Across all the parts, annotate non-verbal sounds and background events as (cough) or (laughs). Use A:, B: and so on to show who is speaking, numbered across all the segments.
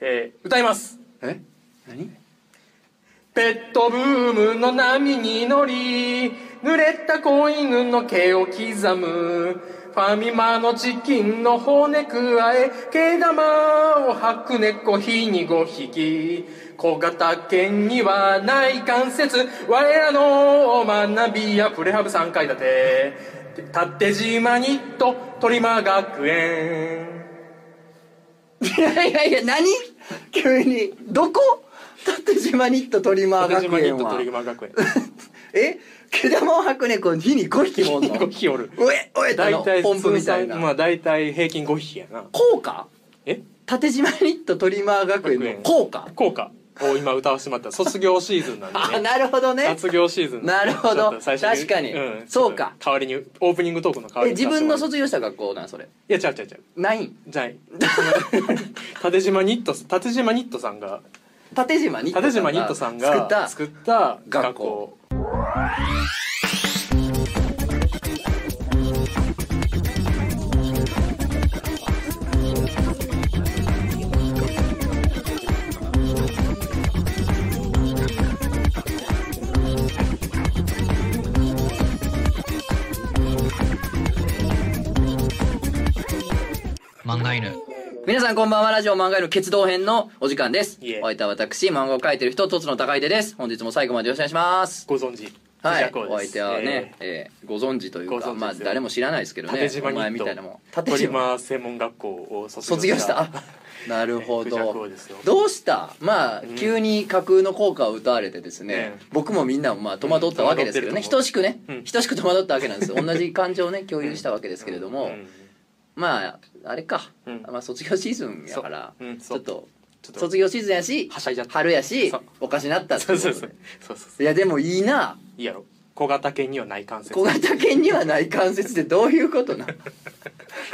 A: えー歌います
B: え何
A: ペットブームの波に乗り濡れた子犬の毛を刻むファミマのチキンの骨くわえ毛玉を吐く猫ひに5匹小型犬にはない関節我らの学びやプレハブ3階建て縦島ニット鳥間学園
C: いやいやいや何急にどこ縦島ニットトリマー
A: 縦島
C: 学
A: ニ
C: 園
A: ット鳥
C: は
A: 間 (laughs) 学園
C: (laughs) え毛玉を吐く猫火に5匹もおん
A: (laughs)
C: の
A: 5匹おる
C: おえおえってあ
A: 大
C: の
A: 体
C: ポンプみたいな、
A: 通算まあ大体平均5匹やな
C: 効果
A: え
C: 縦島ニットトリマー学園の効果
A: 効果を今歌わせてもら
C: (laughs)
A: った卒業シーズンなん
C: あ
A: でね
C: なるほどね
A: 卒業シーズンんで
C: なるほど
A: ちょっと最初
C: 確かにそうか
A: 代わりにオープニングトークの代わ
C: え
A: りに
C: 自分の
A: 卒
C: 卒業した学校なんそれ
A: いや違う違う違う
C: ないん
A: じゃない (laughs) 縦島ニット縦島ニットさんが
C: 縦島ニット
A: 縦島ニットさん
C: 作った
A: が作った
C: 学
A: 学
C: 校
A: 校
D: 漫画犬
C: 皆さんこんばんはラジオ漫画への決動編のお時間です
A: いえ
C: お相手は私漫画を描いてる人とつの高井手です本日も最後までよろしくお願いします
A: ご存知
C: はい
A: 藤井子
C: お
A: で
C: 相
A: す
C: 手はね、えーご存知という
A: ご
C: か
A: 存知ですよ
C: まあ誰も知らないですけ
A: えー
C: どね
A: 縦島
C: お
A: ニ
C: 前みたい
A: ッ
C: なもん
A: ト
C: 縦
A: 鳥
C: 島
A: 間専門学校を
C: (laughs) 卒
A: 卒
C: 業
A: 業
C: し
A: したた
C: あなるほ
A: クジャク王
C: ど
A: ですよ
C: どうしたまあ、
A: ん
C: 急に架空の効果を歌われてですね
A: ね
C: 僕もみんなもまあ戸惑ったわけですけどね、
A: うん戸
C: 等
A: 惑
C: しくね、
A: うん
C: 等しく戸惑ったわけなんです同じ感情をね共有したわけですけれども、
A: うん
C: まああれか、
A: うん
C: まあ、卒業シーズンやから、
A: そううん
C: ち
A: そ
C: ょ
A: う
C: っと
A: ちょっと
C: 卒業シーズンやし
A: はしゃいじゃった
C: 春やし
A: そう
C: おかしなったって
A: そ
C: いうう
A: そ
C: こと
A: う
C: で
A: そうそうそう
C: いやでもいいない
A: いやろ小型犬にはない関節
C: 小型犬にはない関節ってどういうことな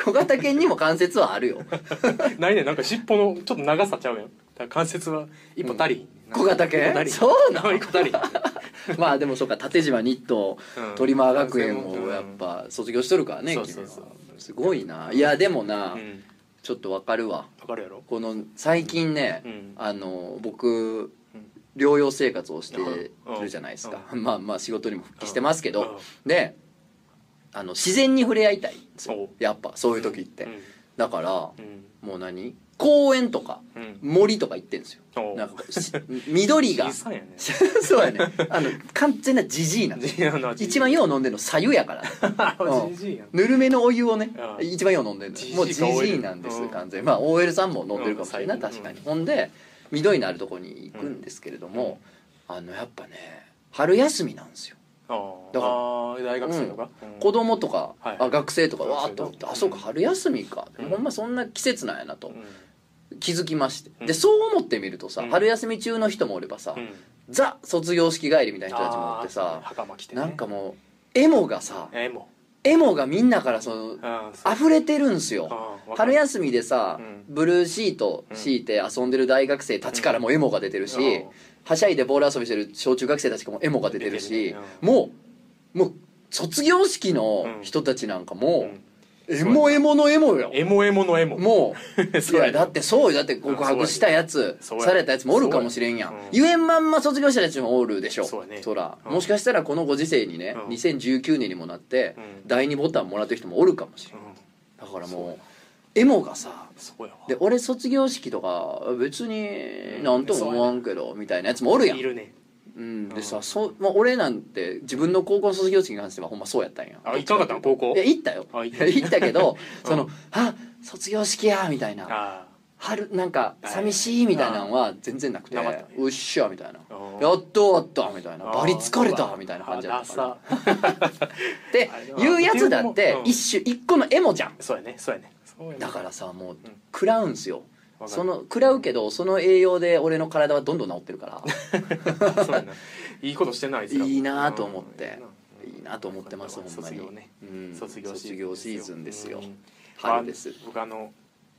C: 小型犬にも関節はあるよ
A: (laughs) ないねなんか尻尾のちょっと長さちゃうやんだから関節は一歩足りひん、
C: 小型犬
A: 一歩足りひん
C: そうな
A: (laughs)
C: ん
A: 一歩足りひん
C: まあでもそうか縦島ニット、
A: うん
C: トリマー学園をやっぱ卒業しとるからね
A: そう
C: 君は
A: そう
C: すごいないやでもな、
A: うん
C: ちょっとわかるわ
A: わかるやろ
C: この最近ね、
A: うん
C: あの僕
A: うん
C: 療養生活をしてるじゃないですか、まあまあ仕事にも復帰してますけど、であの自然に触れ合いたいんですよ
A: おう
C: やっぱそういう時って、
A: うん
C: だから、
A: うん
C: もう何公園とか
A: うん
C: 森とか行ってんですよ
A: おう
C: なんかし緑が
A: (laughs) 小さい
C: (laughs)
A: やね
C: そうやねあの完全なジジイなんで
A: じいあのじい
C: 一番よう飲んでるの白湯やから
A: (laughs) あじじいやん
C: ぬるめのお湯をね
A: ああ
C: 一番よう飲んでるの
A: ジジイ
C: もう
A: か
C: ジジイなんです
A: OL
C: 完全にまあ OL さんも飲んでるかもしれな
A: う
C: い
A: ん
C: 確かに
A: うん
C: ほんで緑のあるとこに行くんですけれどもあのやっぱね春休みなんですよ
A: あ
C: だから
A: ーあー大学生とか、うん
C: 子供とか
A: はい
C: あ学生とかわーっと思
A: 学生
C: って
A: と
C: あ
A: か
C: そうか春休みか
A: うん
C: ほんまそんな季節なんやなと
A: うん
C: 気づきまして
A: うん
C: でそう思ってみるとさ
A: うん
C: 春休み中の人もおればさ
A: うん
C: ザ卒業式帰りみたいな人たちもおって
A: あー
C: さ
A: 袴着て、ね、
C: なんかもうエモがさ
A: えも
C: エモがみんなからその
A: あー
C: 溢れてるんす
A: そう
C: よ
A: あーわか
C: 春
A: る
C: 休みでさ、
A: う
C: ブルーシート敷いて遊んでる大学生たちからもエモが出てるし、
A: うん
C: はしゃいでボール遊びしてる小中学生たちからもエモが出てるし
A: 出てるね
C: もうもう卒業式の人たちなんかも
A: うん
C: う、エモエモのエモよ
A: エモエモのエモ
C: も
A: (laughs)
C: うい
A: そうやね
C: やだってそうよだって告白したやつ
A: そうや
C: されたやつもおるかもしれんやん
A: そうやうん
C: ゆえんまんま卒業したやつもおるでしょ
A: そうやね
C: そら
A: うん
C: もしかしたらこのご時世にね
A: うん
C: 2019年にもなって
A: うん
C: 第2ボタンもらってる人もおるかもしれん
A: うん
C: だからもうエモがさ
A: そうやわ
C: で俺卒業式とか別になんとも思わんけどみたいなやつもおるやん
A: い、るね
C: うん、でさそう、まあ、俺なんて自分の高校の卒業式に関してはほんまそうやったんや
A: あ行かなかったの高校
C: いや行ったよ
A: あ行った
C: (laughs) 行ったけど、
A: うん
C: その「あ卒業式や」みたいな
A: あ
C: 「春なんか
A: はい
C: 寂しい」みたいなのは全然なくて「
A: なかったね
C: うっしゃ」みたいな「
A: あ
C: やっ
A: ー
C: と終わった」みたいな「
A: あー
C: バリ疲れた」みたいな感じだ
A: あ
C: ったから
A: ダサ
C: で
A: あれは
C: 言うやつだって
A: うん
C: 一種一個のエモじゃん
A: そうやねそうやねそうやね
C: だからさ
A: う
C: もう
A: ん
C: 食らうんすよ
A: わかる
C: その食らうけどその栄養で俺の体はどんどん治ってるから
A: そうやないいことしてない
C: いいなと思って
A: うん
C: いいなと思ってますほんまに
A: 卒業ね
C: うん
A: 卒業シーズン
C: 卒業シーズンですよ
A: うん
C: 春です
A: まあ僕あの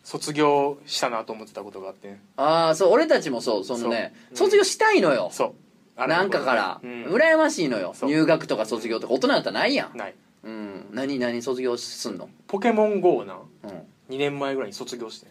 A: 卒業したなと思ってたことがあってね
C: ああそう俺たちもそうそのね
A: そううん
C: 卒業したいのよ
A: そうあれ
C: なんかから
A: うん
C: 羨ましいのよ
A: そう
C: 入学とか卒業とか大人だったらないやん
A: ない
C: うん何何卒業すんの
A: ポケモン GO な
C: うん
A: 2年前ぐらいに卒業して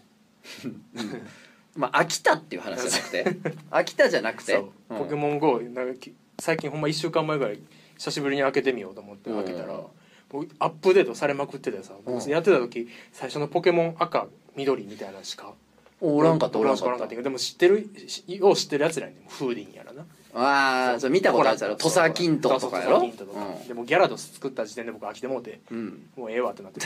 C: まあ、秋田っていう話じゃなく
A: (laughs)
C: て秋田じゃなくて
A: そう
C: うん
A: ポケモン GO なんかき最近ほんま1週間前ぐらい久しぶりに開けてみようと思って開けたら、
C: うん
A: もうアップデートされまくっててさ、僕
C: うん
A: やってた時最初のポケモン赤緑みたいなのしか
C: おらんかった
A: お
C: お
A: ら
C: ら
A: ん
C: ん
A: かった
C: かった
A: けどでも知ってるしよう知ってるやつらやねんフーディンやらな
C: ああそう見たことあるやろ
A: そ
C: 土
A: う
C: 佐金ととかや
A: そう
C: ろ
A: そう土佐金時とかでもギャラドス作った時点で僕飽きてもうて
C: うんうん
A: もうええわってなっ
C: (laughs)
A: て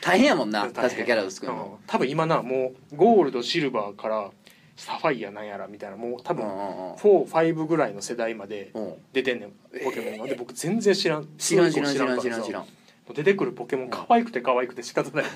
C: 大変やもんな確か
A: 大
C: ギ
A: 変
C: ャラドス君
A: うん
C: も
A: 多分今なもうゴールドシルバーからサファイアなんやらみたいなもう多
C: うんう
A: 分
C: んうん
A: 45ぐらいの世代まで
C: うん
A: 出てんねんポケモンがで僕全然知らん
C: 知らん知らん知らん知
A: 知ら
C: らん
A: ん
C: 知らん
A: もう出てくるポケモン可愛くて可愛くて仕方ないね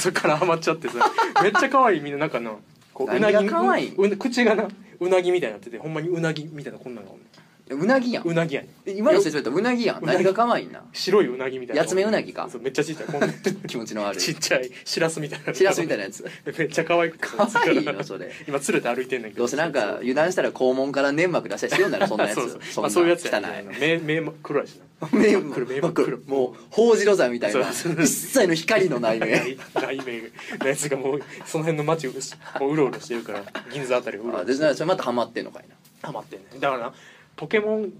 A: そっからハマっちゃってさめっちゃ可愛いみんななんかなこううな
C: 何が
A: ぎ
C: 可愛いう
A: な口がなうなぎみたいになっててほんまにうなぎみたいなこんなのがおんね
C: うなぎやん
A: んうなぎやねん
C: え今の説明だとうなぎやん
A: うなぎ
C: 何が可愛いんな
A: 白いうなぎみたいな
C: やつめうなぎか
A: そうめっちゃちっちゃいこんな
C: 気持ちの悪い
A: ちっちゃいシラスみたいな
C: しらすみたいなやつ
A: めっちゃ可愛くて
C: 可愛いのそれ
A: 今連れて歩いてんねんけど
C: どうせなんか油断したら肛門から粘膜出したりするようにな (laughs) るそんなやつ
A: (laughs) そうそうまあ
C: んな
A: そういうやつやね
C: 汚い
A: 目目も黒いしな
C: 目
A: 真っ黒目
C: 真
A: 真
C: っ
A: っ
C: 黒
A: 黒
C: もうほうじろざみたいな
A: そう
C: 一切の光の (laughs) ない目
A: 雷鳴のやつがもうその辺の街をうしもううろうろしてるから銀座あたりをうろう
C: あ
A: ろ
C: で
A: し
C: そ
A: て
C: れまたハマってんのかいな
A: ハマってんねだからなポケモン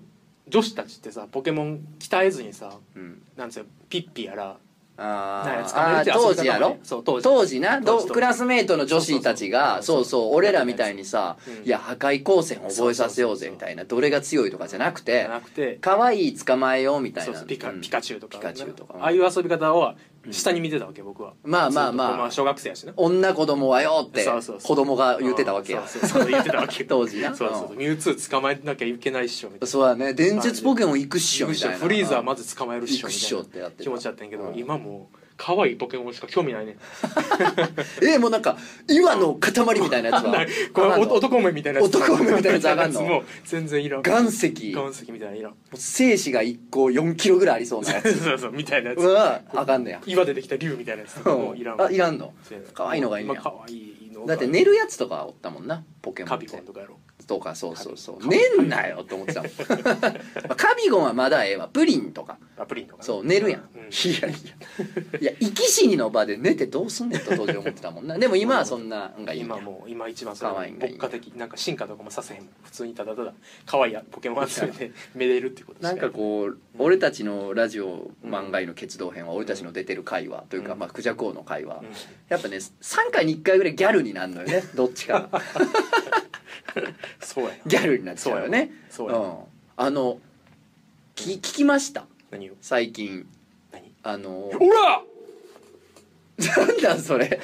A: 女子たちってさポケモン鍛えずにさ
C: うん
A: なんつうのピッピやら
C: あ
A: なんや
C: ー
A: 捕まえる
C: あ
A: って
C: ー
A: 遊び方
C: 当時やろ
A: そう当時
C: 当時など
A: 当時当時
C: クラスメートの女子たちがそ
A: そうう
C: そ
A: そうう
C: 俺らみたいにさ
A: うん
C: いや破壊光線覚えさせよ
A: そうそう
C: うぜ
A: そう
C: みたいなどれが強いとかじゃなく
A: じ
C: て
A: ゃなくて
C: 可愛い捕まえようみたい
A: そう
C: な
A: そうピカ
C: うん
A: ピカチュウとか
C: ピカチュウとか
A: ああいう遊び方は下に見てたわけ僕は
C: まあまあまあ
A: ずっと小学生やしな
C: 女子供はよって
A: そうそうそう
C: 子供が言ってたわけや
A: そうそうそう言ってたわけ
C: 当時な
A: そうそうそうミュウツー捕まえなきゃいけないっしょみたいな
C: そうだね伝説ポケモン行くっしょみたいな
A: フリーザーまず捕まえるっしょみ
C: 行くっしょったて
A: い
C: や
A: な
C: ってた
A: 気持ちだったんやけど、
C: うん
A: 今もう可愛いポケモンしか興味ないね
C: えもうなんか岩の塊みたいなやつは
A: (laughs) これ
C: あの
A: お男梅みたいな
C: 男梅みたいなやつあか
A: (laughs)
C: んの
A: もう全然いらん
C: 岩石
A: 岩石みたいないらん
C: 精子が1個4キロぐらいありそうなや
A: そう (laughs)
C: つ
A: そうそうみたいなやつ
C: はあかんのや
A: 岩でできた竜みたいなやつとかもういらん
C: あいらんの
A: そうやな
C: 可愛いのがいいん
A: ま
C: や
A: あ可愛いのが
C: だって寝るやつとかおったもんなポケモン
A: カ
C: って
A: ビゴンとかやろ
C: とかそうそうそう
A: カビ
C: 寝んなよって思ってたも
A: (laughs)
C: んまあカビゴンはまだええわプリンとか
A: アプリンとかな
C: そう寝るやん、
A: うん
C: いやいやいや生き死にの場で寝てどうすんねんと当時思ってたもんなでも今はそんなんがいいんや
A: 今もう今一番それ
C: 可愛いんがいい
A: 牧歌的なんか進化とかもさせへんもん普通にただただ可愛いポケモン集めてめでるってことし
C: なん
A: や
C: かこう俺たちのラジオ漫画への決動編は俺たちの出てる回はというか、
A: うん
C: まあ、クジャコウの回は
A: うん
C: やっぱね3回に1回ぐらいギャルになるのよねどっちか
A: そうやな
C: ギャルになっちゃうよね
A: そうやなそうや
C: ん、あのき聞きました
A: 何を
C: 最近
A: 何
C: あの
A: ほら
C: なんだそれ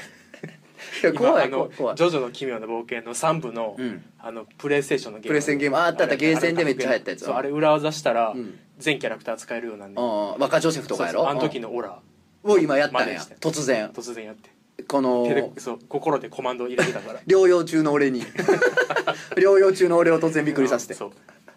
C: い
A: (laughs)
C: や
A: 今
C: 怖
A: あ
C: い怖
A: の
C: い
A: 「ジ
C: 怖い
A: ョジョの奇妙な冒険」の3部の,、
C: うん
A: あのプレイステーションのゲーム
C: プレイステーションゲームああったあった
A: れ
C: ゲーセンでめっちゃ流行ったやつ
A: そうあれ裏技したら、
C: うん
A: 全キャラクター使えるようなんで、
C: うん若ジョセフとかやろ
A: そうそうあの時のオラ
C: を今やったん
A: 真似
C: や
A: して
C: 突然
A: 突然やって
C: こ
A: 手
C: の
A: でそう心でコマンド入れてたから
C: 療養中の
A: (laughs)
C: 俺に療養中の俺を突 (laughs) 然びっくりさせて
A: そう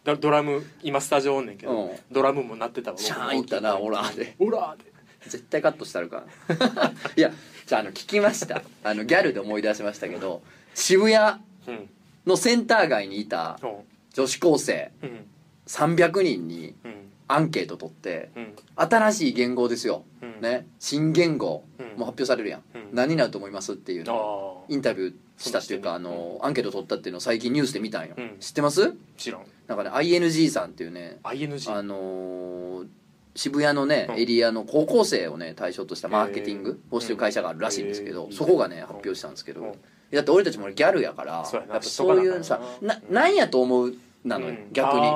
A: だドラム今スタジオおんねんけど、
C: うん
A: ドラムも鳴ってたわ
C: シャーンいったなオラーで
A: オラーで
C: 絶対カットしたるから (laughs) いやじゃああの聞きましたあのギャルで思い出しましたけど渋谷
A: うん
C: のセンター街にいた
A: うん
C: 女子高生
A: うん
C: 300人に
A: うん
C: アンケート取って
A: うん
C: 新しい言語ですよ、
A: うん
C: ね、新言語
A: うん
C: もう発表されるやん、
A: うん
C: 何になると思いますっていう
A: あ
C: のを
A: あ
C: インタビューしたっていうかあ
A: そんな人
C: のアンケート取ったっていうのを最近ニュースで見たんよ、
A: うん
C: 知ってます
A: 知らん
C: なんかね ING さんっていうね
A: ING
C: あのー渋谷のね
A: うん
C: エリアの高校生をね対象としたマーケティングをしてる会社があるらしいんですけ
A: うん
C: ど
A: へー
C: そこがね発表したんですけ
A: うん
C: どだって俺たちもギャルやからやっ
A: そうやな
C: ぱそういう
A: 知っ
C: さ
A: とかなあ
C: な
A: かんな
C: なんやと思うなのよ
A: うん
C: 逆に
A: あ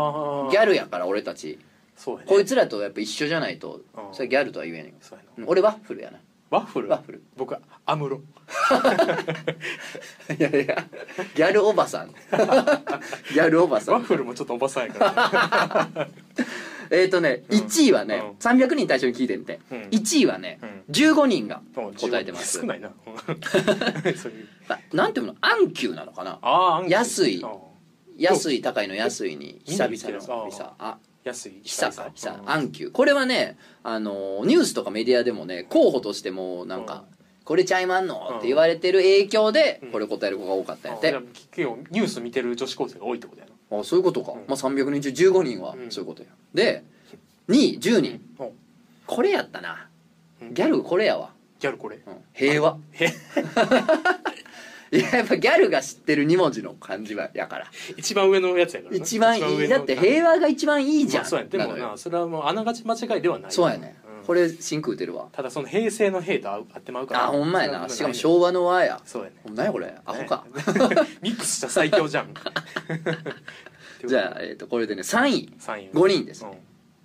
A: ー
C: ギャルやから俺たち
A: そうやね
C: (laughs) こいつらとやっぱ一緒じゃないと
A: うん
C: それはギャルとは言えね
A: そうやな
C: えん俺ワッフルやな
A: ワッフル
C: ワッフル
A: 僕はアムロ
C: いやいや (laughs) ギャルお
A: (laughs)
C: ばさんギャルおばさ
A: ワッ
C: ん
A: フルもちょっとおばさんや
C: (laughs)
A: から、
C: えっとね
A: うん
C: 1位はね
A: うん
C: 300人対象に聞いてみて
A: うん
C: 1位はね
A: う
C: 15人が
A: ね、
C: 答えてます
A: 少ないな
C: (laughs)
A: そういう
C: あなんていうの安久なのかな
A: ああ
C: 安い安い高いの安いに久々
A: みんな言ってる
C: の
A: やつ
C: 久あ
A: 安い
C: 久か久
A: うん
C: 安久これはねあのニュースとかメディアでもね候補としてもなんか「これちゃいまんの?」って言われてる影響で
A: うん
C: これ答える子が多かったんやっ
A: あじゃ
C: て
A: あ結構ニュース見てる女子高生が多いってことやな
C: あそういうことか
A: うん
C: まあ300人中15人は
A: うん
C: そういうことやで2位10
A: う
C: 人
A: ん
C: これやったな
A: うん
C: ギャルこれやわ
A: ギャルこれ
C: うん平和
A: へ
C: (laughs) いややっぱギャルが知ってる2文字の漢字はやから
A: 一番上のやつやからな
C: 一番いいだって
A: 和
C: 平和が一番いいじゃん、
A: まあ、そうやでも
C: なのよ
A: なそれはもうあながち間違いではない
C: そうやね、
A: うん
C: これ真空打てるわ
A: ただその平成の兵と合う合ってまうから
C: あほんまやなし
A: そ
C: か
A: れ
C: も
A: は
C: 昭和の和や
A: そうやね
C: 何やこれアホか、
A: ね (laughs) ミックスした最強じ
C: (laughs)
A: ゃん
C: じゃあ、えー、とこれでね3位
A: 3位
C: 5人です
A: うん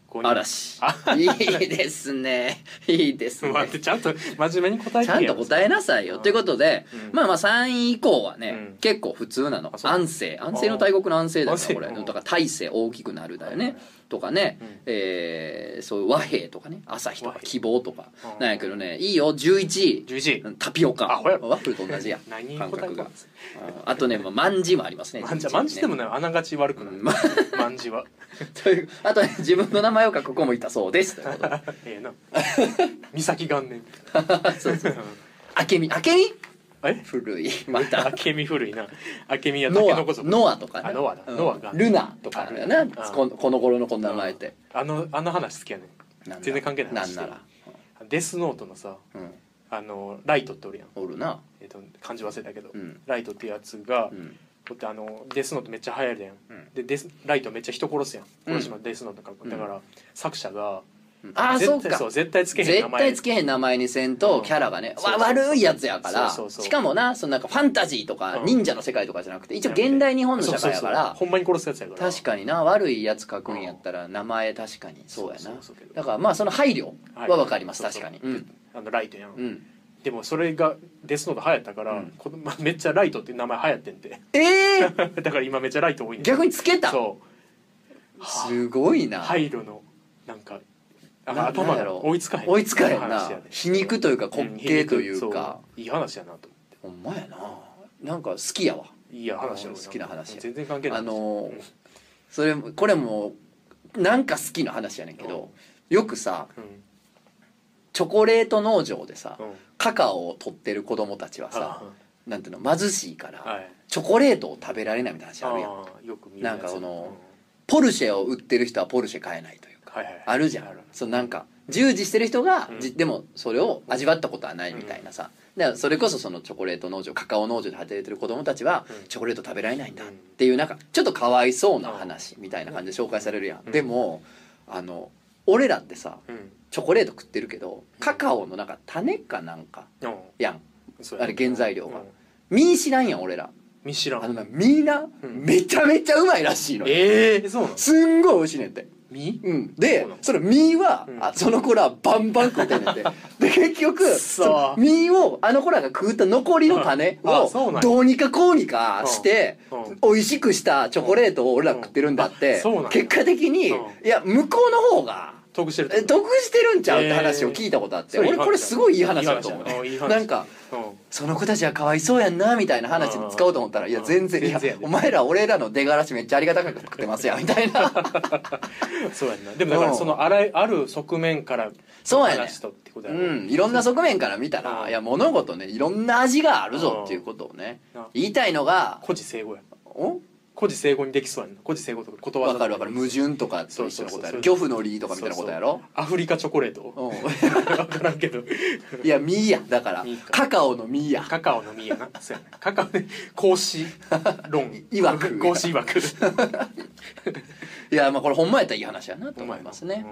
A: 五人
C: 嵐いいですねいいです
A: (laughs)
C: ね
A: 待ってちゃんと真面目に答え
C: ち
A: て
C: ゃん
A: よ
C: と答えなさいよ。
A: うん
C: ということで、
A: うん
C: まあまあ3位以降はね、
A: うん
C: 結構普通なの
A: あ。そう
C: 安政。安政の大国の安政だよな、
A: 安
C: これ。
A: 政うん
C: だから大政大きくなるだよ
A: はい
C: ね
A: はい。
C: とかね、
A: うん
C: えーそういう和平とかね、朝日と
A: 和
C: か
A: 平
C: 希望とか
A: う。ん
C: なんやけどね、いいよ、11位。
A: 11位
C: タピオカ。
A: あほや。
C: ワッフルと同じや
A: (laughs) 何に
C: 感
A: 答え
C: 覚
A: た
C: が
A: んです。
C: ああとね、まあ、まんじもありますね。
A: (laughs) まんじ
C: 11
A: まんじでも
C: ね。
A: ないあながち悪くない
C: うんま
A: まんじは (laughs)
C: というあとね、自分の名前を書く子もいたそうです。という
A: (laughs)
C: ことで
A: ええ
C: (laughs)
A: な三崎元年
C: そうそう。あけみ、あけみ
A: (laughs) え
C: 古い。 (laughs) また。
A: あけみ古い
C: (laughs)
A: なあけみやたけ
C: ノ
A: のこ
C: ア
A: 族
C: ノアとか
A: あノアだ
C: うん
A: ノアが
C: ルナとかだよ
A: あ
C: な
A: ルナあ
C: このこの頃のこの名前って
A: あのあの話好きやねん
C: なんだ
A: 全然関係ない
C: な
A: 話
C: ん
A: して
C: な
A: る
C: ら
A: デスノートのさ
C: うん
A: あのライトっておるやん、
C: おるな
A: えっと漢字忘れたけど、
C: うん
A: ライトってやつが、
C: うん
A: だってあのデスノートめっちゃ流行るやん、
C: うん
A: でデスライトめっちゃ人殺すやん
C: うん
A: 殺しまデスノートから、
C: ん
A: だから作者が
C: ああそう
A: 絶対
C: か
A: そう絶対つけへん名
C: 絶
A: 前
C: 対つけへん名前にせんとキャラがね
A: うん
C: わ
A: そうそうそう
C: 悪いやつやから
A: そうそうそう
C: しかもなそのなんかファンタジーとか
A: うん
C: 忍者の世界とかじゃなくて一応現代日本の社会やか
A: そうそうそう
C: ら
A: ほんまに殺すやつやから
C: 確かにな悪いやつ書くんやったら名前確かにそうや
A: そ
C: な
A: うそうそうけど
C: だからまあその配慮は分かります
A: はい
C: 確かに
A: そううんあのライトやん、
C: うん
A: でもそれがデスノート流行ったから、
C: うん
A: このまめっちゃライトっていう名前流行ってんて
C: ええ
A: (laughs) だから今めっちゃライト多いねん
C: 逆につけた
A: そう
C: すごいな
A: 廃炉のなんかあ
C: な
A: 頭
C: なんや
A: が
C: ろ
A: 追いつかへん
C: 追いつかへんな
A: 話やね
C: 皮肉というか滑稽という
A: ん皮
C: か
A: 肉そういい話やなと思っ
C: ほんまやななんか好きやわ
A: ていいや話やろうな
C: 好きな話や
A: 全然関係ない
C: あのー
A: うん
C: それもこれもなんか好きな話やねんけどよくさチョコレート農場でさ
A: うんうん
C: カカオを取ってる子供たちはさ
A: あ
C: なんていうの貧しいか
A: は
C: ら
A: い
C: チョコレートを食べられないみたいな話あるやん
A: あーよく見る
C: なんかこのポルシェを売ってる人はポルシェ買えないという
A: うんはいはいはい
C: あるじゃんそうなんか従事してる人が、
A: うん
C: じでもそれを味わったことはないみたいなさ、だからそれこそそのチョコレート農場カカオ農場で働いてる子供たちは、
A: うん
C: チョコレート食べられないんだっ
A: うん
C: ていうなんかちょっとかわいそうな話みたいな感じで紹介されるやん、
A: うん
C: でもあの俺らってさ
A: うん
C: チョコレート食ってるけどカカオのなんか種かなんか
A: う
C: やん
A: んそうや
C: あれ原材料が
A: うん
C: 身知らんやん俺ら
A: 見知ら
C: あの
A: ん
C: なみんな
A: うん
C: めちゃめちゃうまいらしいのよ、
A: ええそうなの
C: すんごい美味しいねんって
A: み
C: うん、
A: そう
C: で
A: なの
C: その実は、
A: うん
C: あその子らはバンバン食うてんね
A: (laughs)
C: んてで結
A: くっ
C: 局
A: そ
C: その実をあの子らが食うた残りの種
A: うんあそうなん
C: を
A: や
C: どうにかこうにかして
A: うんうん
C: 美味しくしたチョコレートを俺ら食ってるんだっ
A: うんあ
C: て
A: そうなんや
C: 結果的にい
A: うん
C: や向こうの方が
A: 得してる
C: え得してるんちゃうって話
A: え
C: を
A: ー
C: 聞いたことあって
A: それいい
C: 俺
A: 話
C: これすごいいい話だと思う
A: いい話やないい
C: ね
A: 話
C: なんか
A: うん
C: その子たちはかわいそうやんなみたいな話に使おうと思ったらいや
A: うん
C: 全然いや
A: 全然やで
C: お前ら俺らの出がらしめっちゃありがたく食ってますやんみたいな
A: (laughs) そうやんなでもだからそのあらある側面から
C: そうやねん
A: 話とってことやろ
C: うん、いろんな側面から見た
A: う
C: ら
A: ん
C: いや物事ねいろんな味があるぞっていうことをね
A: うん
C: 言いたいのが
A: 孤児生語や
C: お
A: 孤児生語にできそうやんな孤児生語とかことわざ
C: 分かる分かる矛盾とかと一緒のことやろ
A: そ
C: 漁
A: う
C: 夫の理とかみたいなことやろ
A: そうそうアフリカチョコレート
C: うん
A: 分からんけど
C: (laughs) いや実やだから
A: 実か
C: カカオの実や
A: カカオの実やなそうやねカカオね格子論
C: いわく
A: 格子いわく
C: いやまあこれほんまやったらいい話やなと思いますね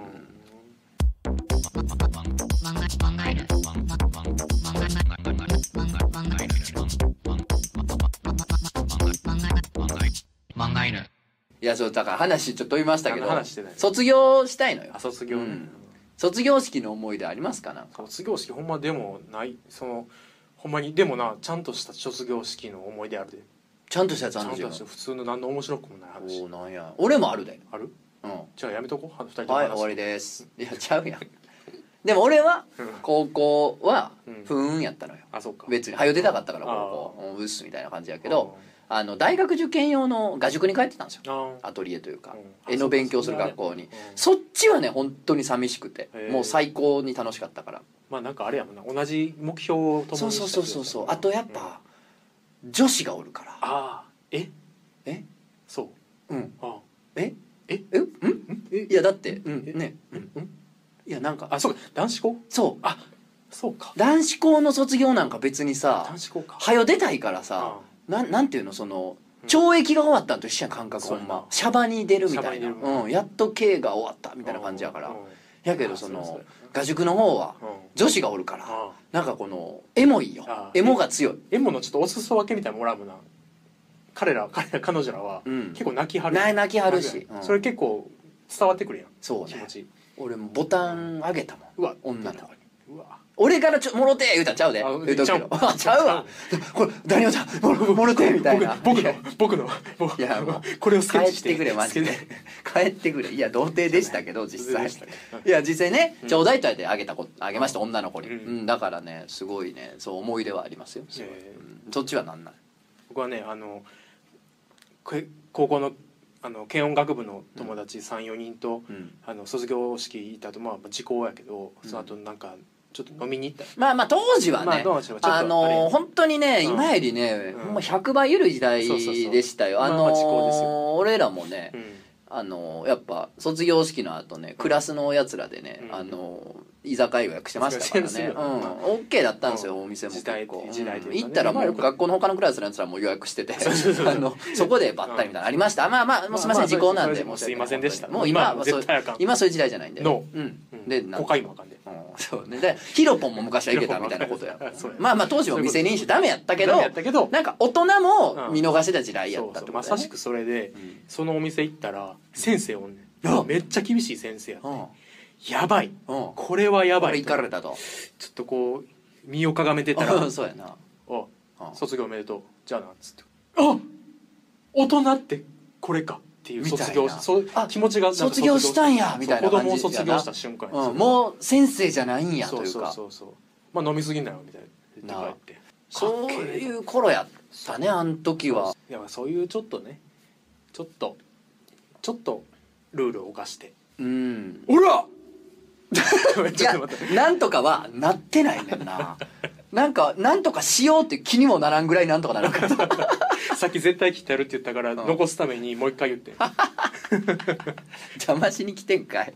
C: いやそうだから話ちょっと飛びましたけど
A: あの話してない
C: 卒業したいのよ
A: あ卒業ね
C: うん卒業式の思い出ありますかな
A: 卒業式ほんまでもないそのほんまにでもなちゃんとした卒業式の思い出あるで
C: ちゃんとしたやつ
A: ちゃ
C: あ
A: ん
C: る
A: と
C: んじゃん
A: した普通の何の面白くもない話
C: おーなんや俺もあるで
A: ある
C: うん
A: じゃあやめとこう二人とも
C: はい
A: 話
C: 終わりですいやちゃうやんでも俺は
A: うん
C: 高校は
A: うん
C: ふーんやったのよ
A: あそうか
C: 別に早出たかったから
A: あー
C: 高校うんうっすみたいな感じやけどあの大学受験用の画塾に帰ってたんですよ
A: あー
C: アトリエというか
A: うん
C: 絵の勉強する学校に
A: あそうか
C: そっちはね本当に寂しくて
A: へー
C: もう最高に楽しかったから
A: まあなんかあれやもんな同じ目標を共に
C: そうそうそうそうそうあとや
A: う
C: っ
A: ん
C: ぱ女子がおるから
A: ああえ
C: え
A: そう
C: うん
A: あ
C: え
A: え
C: えうん
A: え
C: いやだってうん
A: え
C: ねうんいやなんか
A: あそうか男子校
C: そう
A: あそうか
C: 男子校の卒業なんか別にさ
A: 男子校か
C: はよ出たいからさ、なんなんていうのその懲役が終わったんと一緒やん感覚
A: そ
C: ほ
A: うや
C: ん
A: な
C: まシャバに出るみたいな、
A: シャバに出る
C: うん、やっと刑が終わったみたいな感じやから、やけどその画塾の方は女子がおるから、
A: あ
C: なんかこのエモいよ
A: あ
C: エモが強い
A: エモのちょっとおすそ分けみたいなのもらうもんな彼ら彼ら彼女らは
C: うん
A: 結構泣きはる
C: な泣きはるし、うん
A: それ結構伝わってくるやん
C: そう
A: 気持
C: ね
A: ち
C: 俺もボタンあげたもん
A: うわ
C: 女の子
A: うわ
C: 俺からちょ「もろて」言うたらちゃうで
A: あ
C: 言うとくけ (laughs) ど
A: ちゃう
C: ちゃうわこれ「ダニオちゃんもろもろて」みたいな
A: 僕
C: いや
A: 僕の僕の
C: いやもう
A: これをスケッ
C: 帰
A: チ
C: っ
A: して
C: くれマジで帰ってくれいや童貞でしたけど実際
A: でしたね
C: いや実際ね
A: うん
C: ちょうだいとやってあげたこあげました女の子に、
A: うん
C: うん、だからねすごいねそう思い出はありますよすごい
A: へえ
C: うんそっちはなんない
A: 僕はねあのけ高校のあの軽音楽部の友達34人と、
C: うん
A: あの卒業式行った後まあ時効やけど
C: うん
A: その後なんかちょっと飲みに行った
C: まあまあ当時はね、
A: まあ当時はちょっと
C: あのー
A: あれ
C: 本当にね
A: うん
C: 今よりね、
A: うん
C: ほんま100倍緩い時代
A: そうそうそう
C: でしたよあ
A: まあま
C: の
A: あ時効です
C: ー俺らもね
A: うん
C: あのーやっぱ卒業式の後ねクラスのやつらでね、
A: うん
C: あのー居酒屋予約してましたから
A: そう
C: ね、、
A: そううん
C: オッケーだったんですよ、お店も結構、
A: 時代時代というかね
C: うん行ったら
A: まあ
C: も
A: よ
C: う
A: く
C: 学校の他のクラスのやつらも予約してて (laughs) あ
A: そうそうそう
C: のそこでばったりみたいなのありました、まあまあもうすいません、
A: まあまあ
C: 時効なん
A: そ
C: で
A: うです
C: 申
A: すい
C: 訳な
A: ませんでした
C: もう今
A: も
C: は
A: う
C: そう
A: 絶対あかん
C: 今そういう時代じゃないんで、
A: No
C: うん
A: うん
C: で
A: コカインもあかんで
C: うんそうねでヒロポンも昔は行けたみたいなことや
A: (laughs) そうや
C: まあまあ当時は未成年者ダメやったけど
A: やったけど
C: なんか大人も見逃してた時代や
A: そ
C: っ
A: う
C: たっ
A: そ
C: て
A: う
C: こ
A: ま
C: とだ
A: さ
C: ね
A: しくそれで
C: うん
A: そのお店行ったら先生おんね
C: あ
A: んめっちゃ厳しい先生や
C: うん
A: やばい
C: うんこ
A: これはやば
C: れ
A: い
C: 行
A: ちょ
C: かれたと
A: っとこう身をかがめてたら
C: うん (laughs) そうやな
A: お
C: うん
A: 卒業おめでとうじゃあなっつってあ大人ってこれかっていう
C: みたいな
A: 卒業しそう
C: あ
A: 気持ちがなんか
C: 卒業したんやみたいな感じ
A: そう子供を卒業した瞬間
C: うんもう先生じゃないんやと
A: そう
C: いう
A: そう
C: か
A: そうそうまあ飲み過ぎんなよみたいな
C: なあ
A: 言って帰って
C: そう
A: かっけえ
C: いう頃やったねあの時は
A: そうやっぱそういうちょっとねちょっとちょっとルールを犯して
C: うん
A: おら
C: い
A: (laughs) ちょっ
C: や
A: と待って
C: なんとかはなってないね
A: (laughs)
C: んななんかなんとかしようって気にもならんぐらいなんとかならんかった
A: さっき絶対切ってやるって言ったから
C: ん
A: 残すためにもう一回言って
C: 邪魔しに来てんかい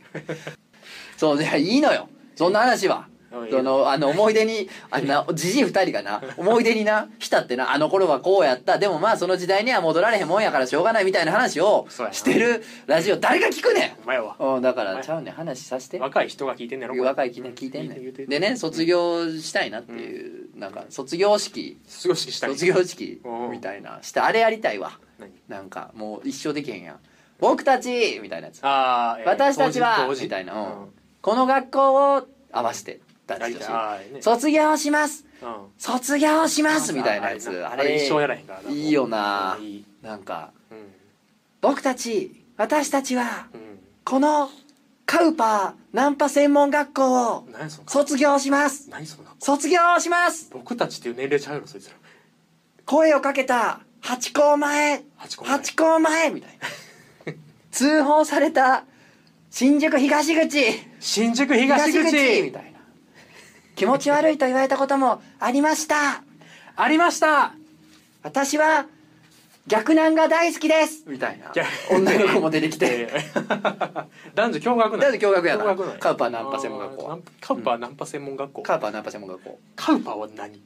C: そういやいいのよそんな話は
A: うんいいよ
C: そのあの思い出にあんなじじい2人がな思い出にな浸ってなあの頃はこうやったでもまあその時代には戻られへんもんやからしょうがないみたいな話を
A: そうやな
C: してるラジオ誰が聞くね
A: お前は
C: んうんだから
A: はい
C: ちゃうねん話させて
A: 若い人が聞いてんねやろこれ
C: 若い記念聞いてん
A: 言う
C: ね
A: て言うんて
C: でね卒業したいなっていうなんか卒業式
A: 卒業式したり
C: 卒業式みたいなしてあれやりたいわ
A: 何
C: なんかもう一生できへんやん僕たちみたいなやつ
A: あーえー
C: 私たちは
A: 当時
C: みたいな、うん
A: うん
C: この学校を合わせて出
A: やり
C: して
A: た
C: ほ
A: い
C: しい
A: あーね
C: 卒業します
A: うん
C: 卒業しますみたいなやつあ
A: あ
C: れ
A: れ一生やらへんからない
C: いよな
A: うんいい
C: なんか
A: うん
C: 僕たち私たちは
A: う
C: このカウパーナンパ専門学校を
A: ん何やその
C: 卒業します
A: 何その
C: 卒業します
A: 僕たちっていう年齢ちゃうやろそいつら
C: 声をかけた八校前
A: 八校前
C: 八校前みたい
A: (laughs)
C: な通報された新宿東口
A: 新宿東口
C: みたいな気持ち悪いと言われたこともありました
A: ありました
C: 私は逆難が大好きですみたいな女の子も出てきて
A: (laughs) えー (laughs) 男女共学
C: だ
A: な
C: って
A: の
C: 驚愕や
A: 共学な
C: なん
A: や
C: カウパーナンパ専門学校
A: あ
C: は
A: ーカウパーナンパ専門学校
C: カウパーナンパ専門学校
A: カウパーは何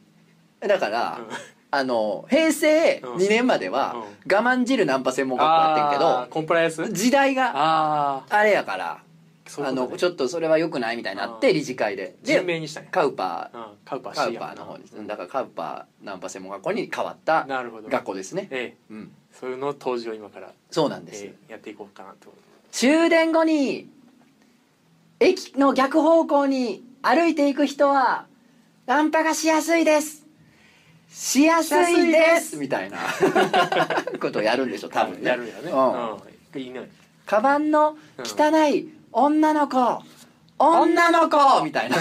C: だから
A: うん
C: あの平成
A: うん
C: 2年までは
A: うん
C: 我慢汁ナンパ専門学校やっ
A: あーコンプライアンス
C: てんけど時代が
A: あ
C: あれやから
A: あそうい
C: あ
A: うことね
C: のちょっとそれは良くないみたいになって理事会で
A: 人
C: で
A: 名にしたね
C: カウパー
A: うんカウパー
C: カウ
A: C や
C: パ
A: も
C: ー
A: ん
C: の
A: な
C: 方にだからカウパーナンパ専門学校に変わった
A: なるほど
C: 学校ですね
A: ええ
C: うん
A: そういうのを当時を今から
C: そうなんです、
A: ええやっていこうかなってこと
C: 終電後に駅の逆方向に歩いていく人はナンパがしやすいですしやすいですみたいな (laughs) ことをやるんでしょ多分ね
A: やるよね
C: うん
A: うんいいね
C: カバンの汚い女の子、女の子みた
A: (laughs)
C: いな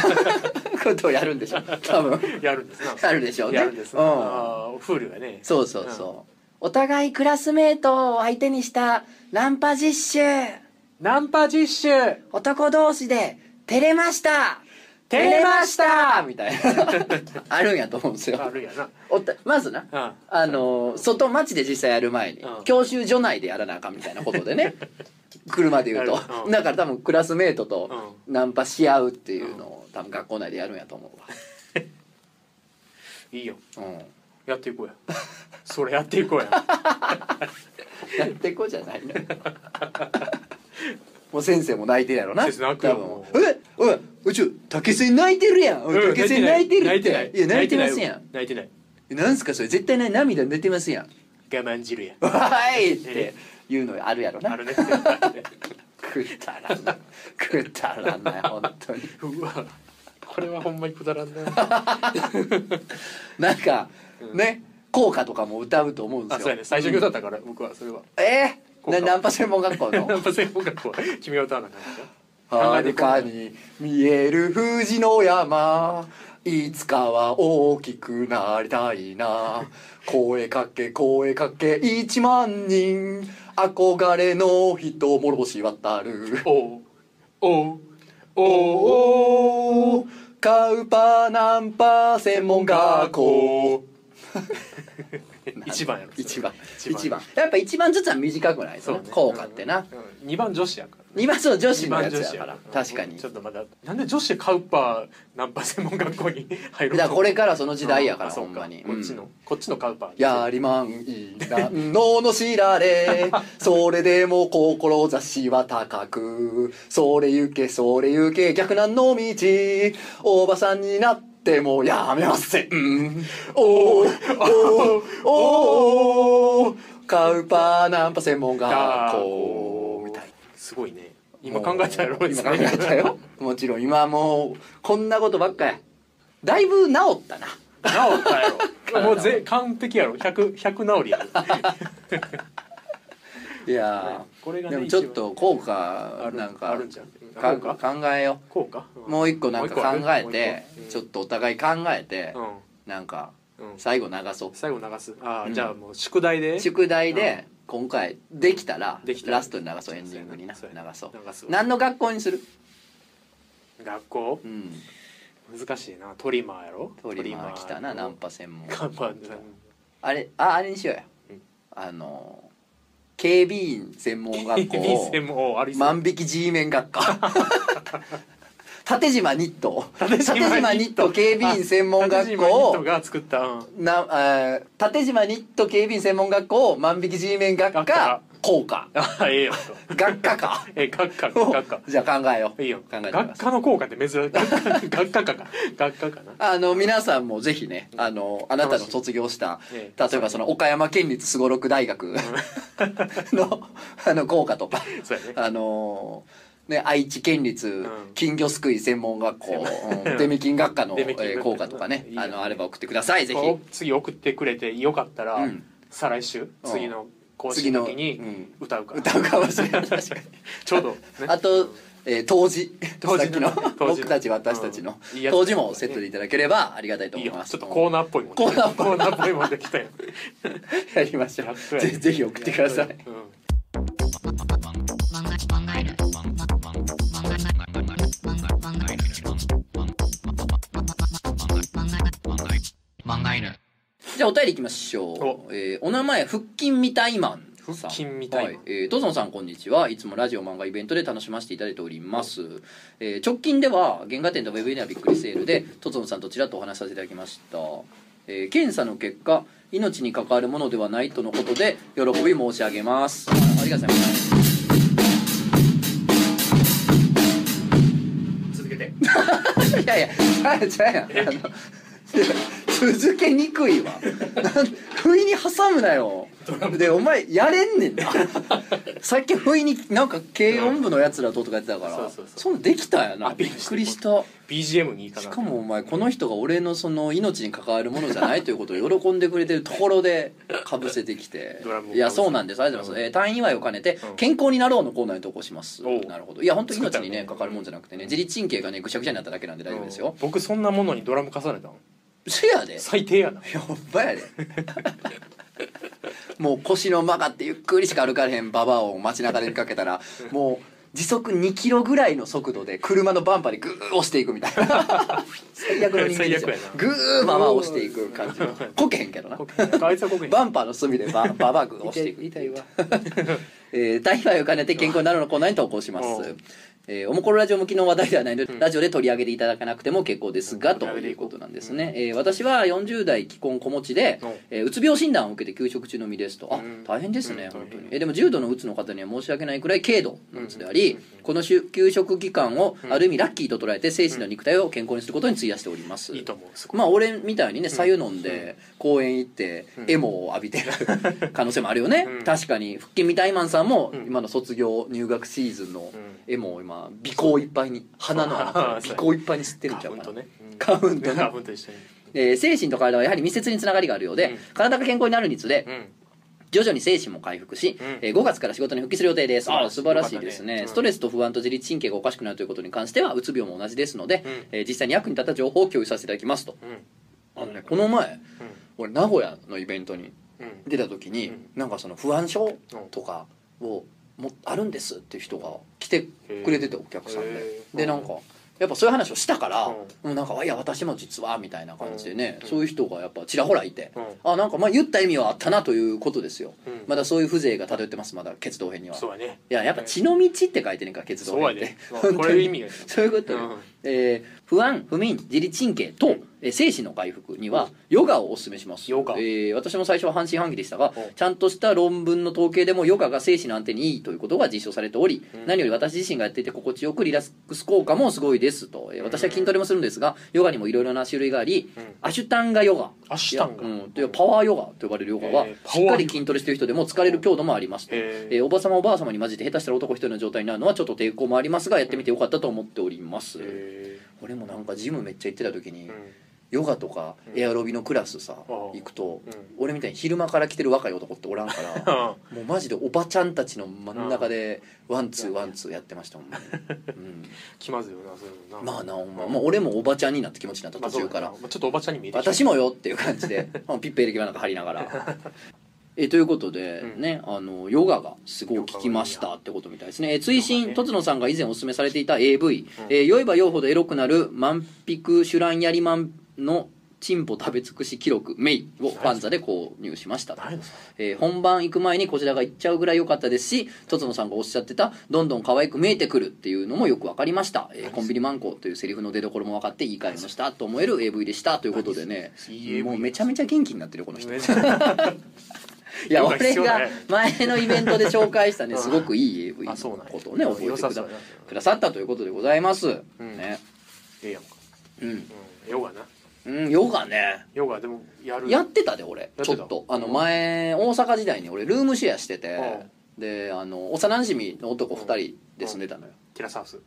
C: ことをやるんでしょ多分
A: やるんですな
C: やるでしょうね
A: やるんです
C: うん
A: なあー風流がね
C: そうそうそう、お互いクラスメートを相手にしたナンパ実習
A: ナンパ実習
C: 男同士で照れました
A: 照れま
C: したみたいな (laughs) あるんやと思うんです
A: あ
C: よ
A: るやな
C: おったまずな
A: うん
C: あのー外町で実際やる前に
A: うん (laughs)
C: 教習所内でやらなあかんみたいなことでね車で言うと
A: なるほどうん
C: だから多分クラスメートとナンパし合うっていうのを多分学校内でやるんやと思
A: いいよ
C: う
A: (laughs)
C: わ、うん、
A: やっていこうやそれやっていこうや
C: やってこじゃないの (laughs) もう先生も泣いてるやろな
A: 先生泣くよ
C: 多分
A: も
C: えおい宇宙竹瀬泣いてるやんおい竹瀬泣いてるって
A: 泣いてない
C: や泣いてますやん
A: 泣いてない
C: えなんすかそれ絶対な涙出てます
A: (laughs)
C: やん
A: 我慢汁や
C: 「わーい!」って言うのあるやろ
A: あ
C: な
A: る
C: (laughs)
A: ね
C: くだらんなくだらんない本当に
A: うわこれはほんまにくだらんな
C: なんか
A: うん
C: ね校歌とかも歌うと思うんで
A: あ
C: す
A: そう
C: よ
A: やね最初だったから僕はそれは
C: えー、
A: 校歌
C: なナンパ専門学校の
A: やっぱ専門学校は君は歌わなかった
C: はるかに見える富士の山いつかは大きくなりたいな声かけ声かけ1万人憧れの人諸星渡る
A: おうおうおうおう
C: おおカウパーナンパ専門学校
A: 一番やろそれ
C: 一番
A: 一
C: 一
A: 番
C: 番やっぱ一番ずつは短くないです
A: そう
C: ね
A: ね
C: 効果ってな
A: うん二番女子やから
C: 2番そう女子
A: 二
C: の
A: 番
C: や
A: 女
C: つ
A: 子
C: や
A: や
C: か
A: からら
C: 確かに
A: うんちょっとまだなんで女子でカウパーナンパ専門学校に入ろ
C: だ
A: う
C: か
A: と
C: らこれからその時代やから
A: あそ
C: ほ
A: うん
C: まに
A: こっち
C: う
A: の
C: ん
A: こっちのカウパー
C: やりまんいなんのの知られそれでも志は高くそれ行けそれ行け逆難の道おばさんになってもやめません、うん、おーおーおーカウパーナンパ専門学校みたいな
A: すごいね今考えたやろ
C: もう今考えたよもちろん今はもうこんなことばっかやだいぶ治ったな
A: 治
C: (laughs)
A: ったやろもうぜ完璧やろ100 100治りや
C: (laughs)
A: ろ
C: いやー
A: これがね
C: でもちょっと効果
A: ある
C: なんか
A: あるんじゃん
C: か
A: 効果
C: 考えよ
A: こうか
C: うもう一個なんか考えてちょっ
A: と
C: とお互い考えてなんか最後流そう
A: 最後流すああ
C: うん
A: じゃあもう宿題で
C: 宿題で今回できたら
A: できたら
C: ラストに流そうエンディングにな流
A: そうやな
C: そう
A: 流すわ
C: 何の学校にする
A: 学校
C: うん
A: 難しいなトリマーやろ
C: 通りま来たなナンパ専門
A: 看板で
C: あれああれにしようや
A: うん
C: あの警備員専門
A: (laughs)
C: 学校を
A: 専門ありそう
C: 万引き G メン
A: (laughs)
C: 学科縦島ニット
A: 縦
C: 縦
A: 島
C: 島
A: ニット
C: ニット警備員専門学校 (laughs) を
A: が作ったうん
C: なあー縦島ニット警備員専門学校万引き G メン学
A: 学科
C: 科校科
A: あええよと
C: 学科か
A: え学科 (laughs) 学科
C: じゃあ考えよう
A: いいよ
C: 考えてみま
A: 学
C: す
A: 科の効果って珍しい (laughs) 学科学科か学科かな
C: あの皆さんもぜひねあのあなたの卒業した
A: ええ
C: 例えばその岡山県立すごろく大学のあの校科とか
A: そうやね
C: あのーね、愛知県立
A: ん
C: 金魚すくい専門学校、うんデメキン学科の、
A: (laughs)
C: え
A: デメキン学科
C: ー、効果とかね
A: いいよ
C: あのあれば送ってくださいぜ
A: こ
C: ひ
A: う次送ってくれてよかったら、
C: うん
A: 再来週
C: うん
A: 次の更新の時に
C: 次のうん
A: 歌うから、
C: 歌うかもしれない確かに
A: (laughs) ちょうど、ね、
C: あと、えー、当時
A: 当時
C: さっきの
A: (laughs) 当時
C: 僕たち私たちの、
A: うんいいやつ
C: 当時もセットでいただければありがたいと
A: いい
C: 思い
A: よ
C: ます
A: ちょっとコー
C: う
A: ナーっぽいもん、
C: コーナーっぽい
A: コーナーっぽいもんできたよ
C: んやりましょ
A: や
C: う
A: っとや
C: ぜぜひ送ってください
A: うん
C: じゃあお便りいきましょうお,、えーお名前腹筋みたいマンさん
A: 腹筋みたいマン
C: はいえー、トゾンさんこんにちはいつもラジオ漫画イベントで楽しませていただいております、えー直近では原画展とウェブエリアびっくりセールでトゾンさんとちらっとお話しさせていただきました、えー検査の結果命に関わるものではないとのことで喜び申し上げますありがとうございます
A: 続けて
C: いやいやあちゃうやんあの続けにくいわなん不意に挟むなよでお前やれんねんなさっき不意になんか軽音部のやつらととかやってたから
A: そうそうそう
C: のできたんやな
A: アピ
C: び
A: ー
C: っ
A: ルして
C: くりした。
A: BGM にいいかな
C: しかもお前この人が俺のその命に関わるものじゃないということを喜んでくれてるところでかぶせてきて
A: ドラムを被せて
C: いやそうなんですありがとうございます、えー退院祝いを兼ねて
A: うん
C: 「健康になろう」のコーナーに投稿します
A: おう
C: なるほどいや本当に命に
A: 作った
C: ね
A: の
C: 関わるもんじゃなくてね自律神経がねぐしゃぐしゃになっただけなんで大丈夫ですよ
A: うん僕そんなものにドラム重ねたの
C: せや (laughs)
A: (laughs)
C: で
A: 最低やな
C: やっばやで (laughs) もう腰の曲がってゆっくりしか歩かれへんババアを街中で見かけたらもう時速2キロぐらいの速度で車のバンパーでグー押していくみたいな最悪の人間ですよ
A: 最悪やな
C: グーババ押していく感じのこけへんけどな
A: あいつはこ
C: (laughs)
A: けへん
C: バンパーの隅で
A: (laughs)
C: バババグー押していく
A: 痛い痛いわ
C: (laughs) えー、大麻を兼ねて健康になるのコーナーに投稿します
A: おう。
C: えー、おもころラジオ向きの話題ではないので、
A: うん
C: ラジオで取り上げていただかなくても結構ですが、
A: うん
C: ということなんですね。えー、私は40代既婚子持ちで
A: おう、
C: えー、うつ病診断を受けて休職中の身ですと。あ
A: うん、
C: 大変ですね、
A: うん
C: 本当に
A: 大。変
C: えー、でも重度のうつの方には申し訳ないくらい軽度のうつであり
A: うん、
C: このし休職期間を
A: うん
C: ある意味ラッキーと捉えて、精神の肉体を健康にすることに費やしております。
A: いいと思うすごい
C: まあ俺みたいにね左右飲んで公園行って
A: うん
C: エモを浴びてる (laughs) 可能性もあるよね、
A: うん
C: 確かに復帰みたいマンさんも
A: うん
C: 今の卒業入学シーズンの
A: うん
C: エモを今鼻孔いっぱいに鼻の
A: (laughs)
C: 穴から鼻孔いっぱいに吸ってるんちゃうか
A: カウント
C: な
A: ね
C: カウントね
A: カウント一緒に
C: えー精神と体はやはり密接につながりがあるようで、
A: うん
C: 体が健康になるにつれ
A: うん
C: 徐々に精神も回復し、
A: うん
C: え5月から仕事に復帰する予定ですあー素
A: 素
C: 晴
A: 晴
C: ら
A: ら
C: し
A: しい
C: いです
A: よかった
C: ね、
A: ねうん
C: ストレスと不安と自律神経がおかしくなるということに関してはうつ病も同じですので、
A: うん
C: えー実際に役に立った情報を共有させていただきますと
A: うん
C: あのねこの前俺名古屋のイベントに
A: うん
C: 出た時に、
A: うん
C: なんかその不安症とかをもあるんですっていう人が来てくれててお客さんで
A: へ、ー
C: でなんかやっぱそういう話をしたから、
A: うん
C: もうなんか「いや私も実は」みたいな感じでね、
A: うん
C: そういう人がやっぱちらほらいて、
A: う
C: あなんかまあ言った意味はあったなということですよ、
A: うん
C: まだそういう風情が漂ってますまだ血道編には
A: そうやね
C: いややっぱ「血の道」って書いてるんか血道
A: そうや
C: 編っ
A: で
C: て
A: これ意味が
C: (laughs) そういうことよ、
A: うん
C: えー不安不眠自律神経と、えー精神の回復にはヨガをおすすめします
A: ヨガ
C: えー私も最初は半信半疑でしたが
A: お
C: ちゃんとした論文の統計でもヨガが精神の安定にいいということが実証されており、
A: うん
C: 何より私自身がやっていて心地よくリラックス効果もすごいですと、えー私は筋トレもするんですがヨガにもいろいろな種類があり、
A: うん
C: アシュタンガヨガ
A: アシュタンガ
C: いやうんというパワーヨガと呼ばれるヨガは、
A: えーパワー
C: しっかり筋トレしてる人でも疲れる強度もありますと、
A: えー
C: えーおばさまおばあさまに混じって下手したら男一人の状態になるのはちょっと抵抗もありますがやってみてよかったと思っております、
A: え
C: 俺もなんかジムめっちゃ行ってた時に、
A: ーうん (laughs)
C: ヨガとか
A: うん
C: エアロビのクラスさ、
A: ああ
C: 行くと、
A: うん
C: 俺みたいに昼間から来てる若い男っておらんから
A: (laughs)
C: もうマジでおばちゃんたちの真ん中でワンツーワンツーやってましたほんまに、
A: (laughs) 気まずいよなそういうの
C: う、
A: なん
C: まあなほんま、まあ、俺もおばちゃんになって気持ちになった途中
A: まあそうだ
C: から、
A: なまあちょっとおばちゃんに見えてきた
C: 私もよっていう感じ
A: (laughs)
C: であのピッペエレキバなんか貼りながら。えということで、
A: うん
C: ねあのヨガがすごい効きましたってことみたいですねえ追
A: ヨガ
C: 伸
A: ね
C: とつのさんが以前お勧めされていた AV、えー酔えば酔うほどエロくなる「満腹酒乱やりまん」のチンポ食べ尽くし記録「メイ」をファンザで購入しましたと
A: 何やのそれ
C: えー本番行く前にこちらが行っちゃうぐらい良かったですしとつのさんがおっしゃってた「どんどん可愛く見えてくる」っていうのもよく分かりました「えーコンビニマンコ」というセリフの出どころも分かっていい買い物したと思える AV でしたということでね
A: いい AV
C: もうめちゃめちゃ元気になってるよこの人いや
A: ヨガ
C: 俺
A: 必要だ
C: が
A: ね
C: 前のイベントで紹介したね
A: うん
C: すごくいい AV の
A: あそうなんや
C: ことをね覚えて
A: 良
C: く
A: さ
C: だ
A: そうやな
C: くださったということでございます、
A: うん
C: ね
A: ええやんか
C: うん、
A: うんヨガな
C: うん、ヨガね
A: ヨガでもやる
C: やってたで俺
A: て
C: ち
A: た
C: ょっとあの前大阪時代に俺ルームシェアしててであの幼馴染の男2人で住んでたのよ
A: テラスハウス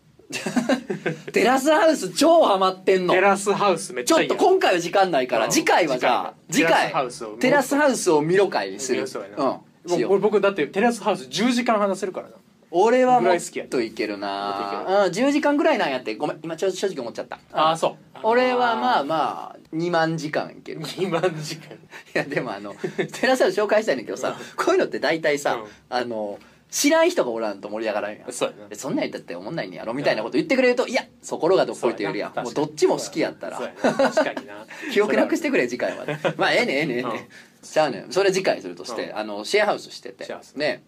C: テラスハウス超ハマってんの
A: テラスハウスめっ
C: ち
A: ちゃ
C: ょ
A: い
C: っ
A: いや
C: と
A: ん
C: 今回は時間ないから
A: うん
C: 次回はじゃあ次
A: 次
C: 回
A: 回は次回
C: テラスハウスを見ろ会にする
A: そうやな
C: うんし
A: もう
C: よ
A: これ
C: う
A: 僕だってテラスハウス10時間話せるからな
C: 俺は
A: ぐ
C: も
A: らい好きや
C: っ
A: ね
C: といける
A: もっ
C: なうん10時間ぐらいなんやってごめん今ちょ正直思っちゃった
A: ーそう
C: 俺はまあまあ2万時間いける
A: 2万時間
C: (laughs) いやでもあのテラスハウス紹介したいんだけどさこういうのって大体さ、
A: うん
C: あの知らん人がおらんと盛り上がらんやん
A: そうやな
C: えそんなんやったって思んないんやろみたいなこと言ってくれるといやそころがどっこいと言えるやんもうどっちも好きやったら
A: そうやな確かにな
C: (laughs) 記憶なくしてくれ次
A: (laughs)
C: 回はまあええねんええねんええねんじゃあねんそれ次回するとして、
A: うん
C: あのシェアハウスしてて
A: シェアハウス
C: ね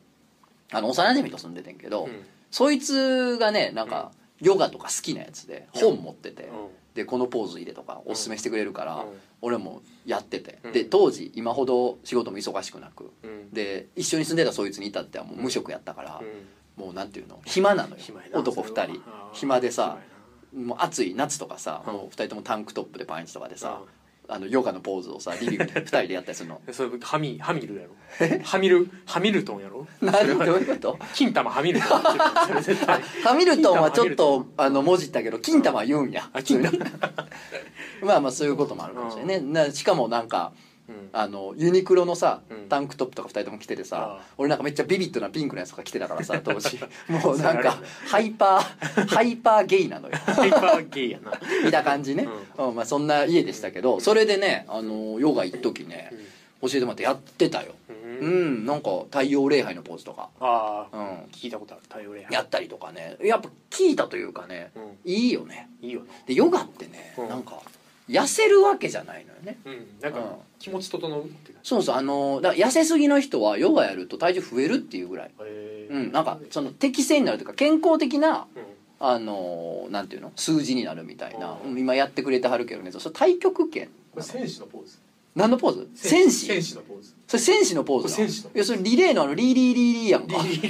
C: あの幼馴染と住んでてんけど、
A: うん
C: そいつがねなんか、ヨガとか好きなやつで本持ってて、
A: ん
C: でこのポーズ入れとかおすすめしてくれるから、
A: うん
C: 俺もやってて、
A: うん
C: で当時今ほど仕事も忙しくなく、
A: うん
C: で一緒に住んでたそいつに至ってはもう無職やったから、
A: うん
C: もうなんていうの暇なのよ
A: 暇やな
C: 男
A: それ
C: 2
A: は
C: 人
A: あー
C: 暇でさ
A: 暇やな
C: もう暑い夏とかさ、
A: うん
C: もう2人ともタンクトップでパンチとかでさ、あのヨガのポーズをさリビングで2人でやったりす
A: (laughs)
C: るの
A: それハミハミルやろハミルハミルトンやろ
C: 何どういうこと
A: 金玉ハミルトンそれ絶対
C: ハミルトンはちょっ
A: 金玉ハミ
C: とあのもじったけど金玉は言うんや、
A: あ金玉
C: (laughs) まあまあそういうこともあるかもしれないね、なしかもなんか
A: うん
C: あのユニクロのさ
A: うん
C: タンクトップとか2人とも着ててさ、
A: ああ
C: 俺なんかめっちゃビビッドなピンクのやつとか着てたからさ当
A: (laughs)
C: 時もう
A: そう
C: な
A: や
C: ん
A: ね
C: かハイパーハイパーゲイなのよ
A: ハイパーゲイやな
C: 見た感じね、うんまあ、そんな家でしたけどそれでねあのヨガ一時ね教えてもらってやってたよ
A: うん
C: う
A: うん
C: んなんか太陽礼拝のポーズとか、
A: ああ
C: うん、
A: 聞いたことある太陽礼拝
C: やったりとかねやっぱ聞いたというかね
A: うん
C: いいよね
A: いいよな
C: でヨガってね、
A: うん
C: なんか痩せるわけじゃないのよね
A: うんなん
C: う
A: か
C: ん
A: 気持ち整うって感じ
C: そうそうあのだから痩せすぎの人はヨガやると体重増えるっていうぐらい、
A: へえ
C: うん、なんかその適正になるというか健康的な
A: うん
C: あのなんていうの数字になるみたいな、
A: うん
C: うん今やってくれてはるけどねそれ太極拳
A: これ戦士のポーズ
C: 何のポーズ戦士
A: 戦士のポーズ
C: それ戦士のポーズなの
A: これ戦士の
C: いやそれリレーのあのリーリーリーリーやんか
A: リリ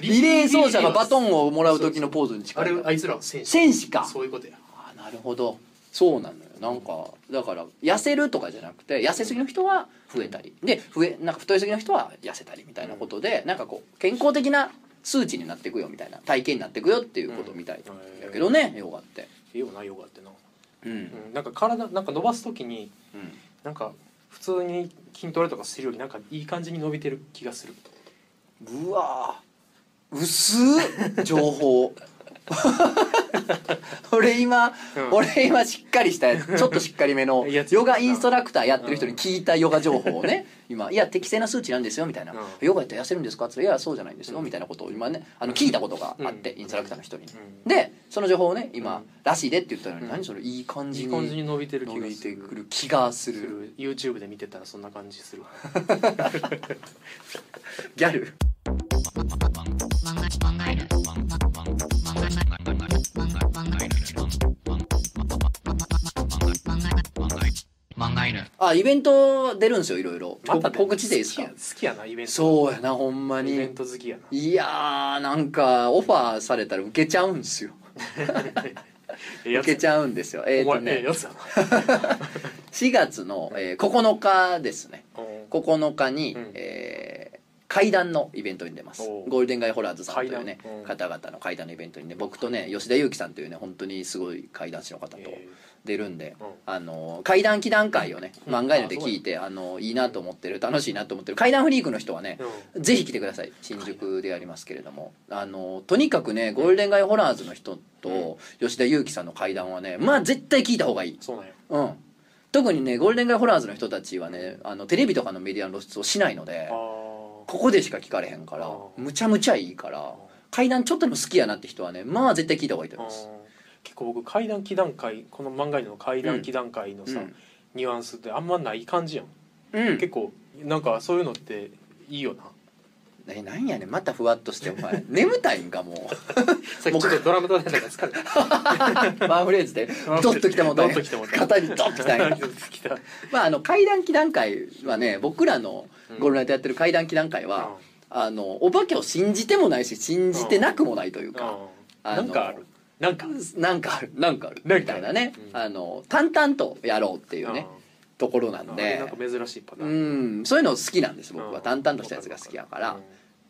A: リ
C: リレー走者がバト
A: ン
C: ンをもらう時のポーズに近
A: あ
C: い
A: れ
C: から
A: あいつらは戦士
C: 戦士か
A: そういうことや
C: あなるほどそうなのよなんかだから痩せるとかじゃなくて痩せすぎの人は増えたりで増えなんか太りすぎの人は痩せたりみたいなことで、なんかこう健康的な数値になっていくよみたいな体型になっていくよっていうことみたい
A: うん
C: だけどね、ヨガって
A: いいよなヨガってな
C: うん、
A: うんなんか体なんか伸ばすときに
C: うん、
A: なんか普通に筋トレとかするよりなんかいい感じに伸びてる気がする
C: うわー薄っ情報 (laughs) 俺今、
A: うん
C: 俺今しっかりしたやつちょっとしっかりめ
A: (laughs)
C: の
A: いやつ
C: ヨガインストラクターやってる人に聞いたヨガ情報を
A: (laughs)
C: ね今「いや適正な数値なんですよ」みたいな
A: うん
C: 「ヨガやったら痩せるんですか?」って言ったら「いやそうじゃないんですよ」
A: うん
C: みたいなことを今ねあの聞いたことがあって、
A: うん
C: インストラクターの人に、
A: うん
C: でその情報をね
A: う
C: 今
A: ん
C: 「らしいで」って言ったのに、
A: うん
C: 何それいい感
A: い
C: じ
A: い
C: に
A: 感じに伸びてる気
C: 伸
A: が
C: び
A: す
C: て
A: る
C: くる気がす
A: す
C: る
A: る YouTube で見てたらそんな感じする
C: ギャルあイベント出るんですよいろいろ告知でいいですか
A: 好きや好きやなイベント
C: そうやなほんま
A: イベ
C: に
A: ント好きやない
C: やーなんかオファーされたら受けちゃうんですよ
A: え
C: 受けち
A: ゃ
C: ゃうんですよえっ、
A: お前
C: とね
A: えやつや
C: 4月の、えー9日ですね
A: なうん
C: 9日に、
A: うん
C: えー怪談のイベントに出ます
A: おう
C: ゴールデン街ホラーズさんというね
A: 怪談うん
C: 方々の怪談のイベントにね僕とね吉田裕樹さんというね本当にすごい怪談師の方と
A: え
C: 出るんで、
A: うん
C: あの怪談祈談会をね
A: うん
C: 漫画で聞いて、あのいいなと思ってる楽しいなと思ってる怪談フリークの人はね
A: ー、
C: ぜひ来てください新宿でやりますけれどもあのとにかくねゴールデン街ホラーズの人と吉田裕樹さんの怪談はねまあ絶対聞いた方がいい
A: うんそうなんや
C: うん特にねゴールデン街ホラーズの人たちはねあのテレビとかのメディアの露出をしないので
A: あー
C: ここでしか聞かれへんから
A: あ
C: むちゃむちゃいいから怪談ちょっとでも好きやなって人はねまあ絶対聞いた方がいいと
A: あ
C: 思いま
A: ー
C: す
A: 結構僕怪談祈談会この漫画の怪談祈談会のさ、
C: うん
A: ニュアンスってあんまない感じやん、
C: うん
A: 結構なんかそういうのっていいよな
C: ななんやねんまたふわっとしてお前 (laughs) 眠たいんかも
A: さっきちょっ
C: (laughs)
A: とドラム叩いたから疲れた
C: うワンフレー
A: (laughs)
C: ズでドッときたもん
A: ド
C: ね
A: ッときたもんね
C: 肩にドッときた
A: (laughs)
C: んや
A: きた
C: まああの怪談祈談会はね僕らの
A: うん
C: ゴールナイトやってる怪談祈談会は、あのお化けを信じてもないし信じてなくもないというか、
A: うん
C: あ
A: な
C: の
A: んかあるなんか
C: なんかあるなんかある
A: なんかある
C: みたいなね、
A: うん
C: あの淡々とやろうっていうね、ところな
A: うんんあれ
C: で
A: なんか珍しいパター
C: う
A: ン
C: んそういうの好きなんです僕
A: う
C: は
A: ん
C: 淡々としたやつが好きやから、
A: うん